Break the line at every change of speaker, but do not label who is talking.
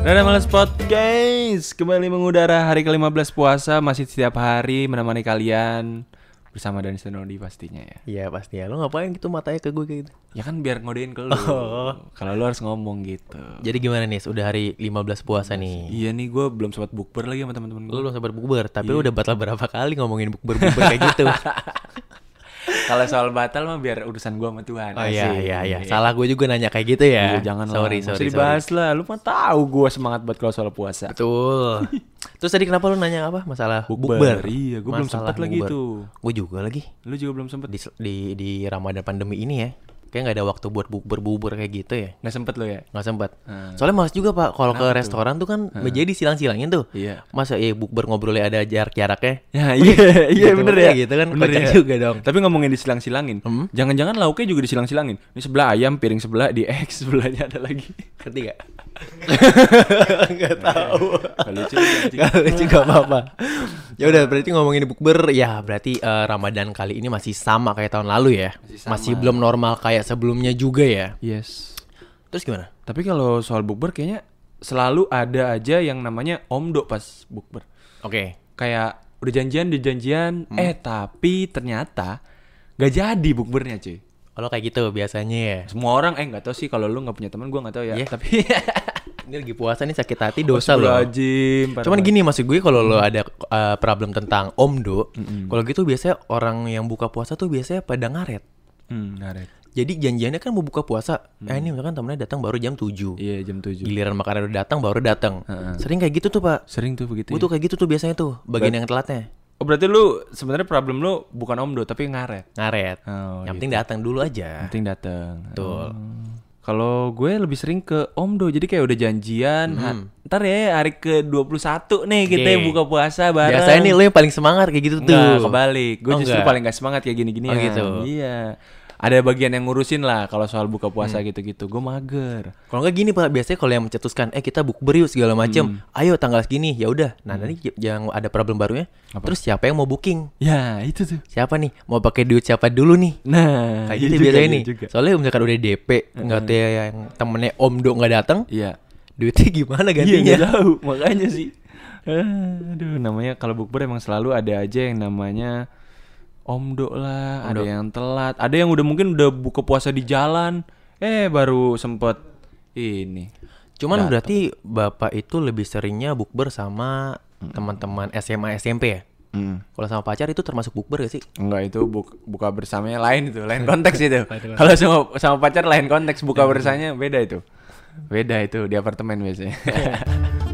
Rada Males Podcast kembali mengudara hari ke-15 puasa masih setiap hari menemani kalian bersama dan Senodi pastinya ya.
Iya pasti ya. Lo ngapain gitu matanya ke gue kayak gitu?
Ya kan biar ngodein ke lu.
Oh.
Kalau lu harus ngomong gitu.
Jadi gimana nih? Udah hari 15 puasa nih.
Iya nih gue belum sempat bukber lagi sama teman-teman gue.
Lo belum sabar bukber, tapi
Iya.
lo udah batal berapa kali ngomongin bukber-bukber kayak gitu.
Kalau soal batal mah biar urusan gue sama Tuhan.
Oh iya
Asik.
iya iya. Salah gue juga nanya kayak gitu ya.
Iya, jangan lah.
sorry,
Nggak usah
sorry, sorry.
dibahas lah. Lu mah tahu gue semangat buat kalau soal puasa.
Betul. Terus tadi kenapa lo nanya apa? Masalah
Bukber.
bukber.
Iya, gue belum
Masalah
sempet lagi
bukber.
tuh.
Gue juga lagi
Lu juga belum sempet.
di di di Ramadan pandemi ini ya. Kayak nggak ada waktu buat bukber-bukber kayak gitu ya.
Nggak sempet lo ya?
Nggak sempat.
Hmm.
Soalnya males juga pak, kalau ke restoran tuh kan meja disilang-silangin tuh.
Iya.
Masa ya bukber ngobrolnya ada jarak-jaraknya.
Ya iya iya
Gitu,
bener Hmm? ya
kayak gitu kan, kocak juga dong.
Tapi ngomongin disilang-silangin, jangan-jangan lauknya juga disilang-silangin. Ini sebelah ayam, piring sebelah di X sebelahnya ada lagi.
Ngerti gak? Gak tahu.
Gak lucu, gak lucu.
Gak lucu gak apa-apa. Ya udah berarti ngomongin bukber, ya berarti eh, Ramadan kali ini masih sama kayak tahun lalu ya. Masih, belum normal kayak sebelumnya juga ya.
Yes.
Terus gimana?
Tapi kalau soal bukber kayaknya selalu ada aja yang namanya omdo pas bukber.
Oke.
Kayak udah janjian, udah janjian, eh tapi ternyata gak jadi bukbernya cuy.
Kalau kayak gitu biasanya ya.
Semua orang eh nggak tahu sih kalau lu nggak punya teman gua nggak tahu ya.
Iya.
Tapi
Ini lagi puasa nih sakit hati dosa loh.
Astagfirullahaladzim, parah
Cuman gini maksud gue kalau lo ada eh, problem tentang omdo, kalau gitu biasanya orang yang buka puasa tuh biasanya pada ngaret.
banget. Hmm, ngaret.
Jadi janjiannya kan mau buka puasa, eh ini misalkan temennya datang baru jam 7.
Hmm. Iya, jam 7.
giliran makanan udah datang baru datang. Sering kayak gitu tuh pak.
Sering tuh begitu.
Gue
ya?
tuh kayak gitu tuh biasanya tuh bagian yang telatnya
Oh berarti lu sebenarnya problem lu bukan omdo tapi ngaret.
ngaret.
Oh,
yang penting datang dulu aja.
Penting dateng.
Iya.
Oh.
Betul.
Kalau gue lebih sering ke omdo jadi kayak udah janjian. ha- Ntar ya hari ke 21 nih kita
Hmm. Oke.
buka puasa bareng.
Biasanya nih lo yang paling semangat kayak gitu tuh.
Nggak, kebalik. Gue
Oh,
justru
nggak?
paling gak semangat kayak gini-gini
Oh, gitu.
Iya. Ada bagian yang ngurusin lah kalau soal buka
Hmm.
puasa gitu-gitu. Gue mager.
Kalau nggak gini pak, biasanya kalau yang mencetuskan, eh kita bukber yuk segala
Hmm.
macem, ayo tanggal segini, ya udah. Nah nanti yang ada problem barunya, terus siapa yang mau booking?
Ya itu tuh.
Siapa nih? Mau pakai duit siapa dulu nih?
Nah, iya
Kayak gitu
juga,
biasanya
iya
nih.
juga.
Soalnya misalkan udah DP, nggak tahu ya yang temennya Om Do nggak datang,
Iya.
duitnya gimana
Iya
gantinya?
nggak tahu makanya sih. Ah, Aduh namanya kalau bukber emang selalu ada aja yang namanya omdo lah, ada yang telat, ada yang udah mungkin udah buka puasa di jalan, eh baru sempet ini.
Cuman berarti bapak itu lebih seringnya bukber sama
Mm.
teman-teman SMA SMP ya? Kalau sama pacar itu termasuk bukber gak sih?
Enggak itu buk- buka bersamanya lain itu, lain konteks Iya, itu. Kalau sama sama Iya. pacar lain konteks buka bersamanya beda itu. Beda itu di apartemen biasanya.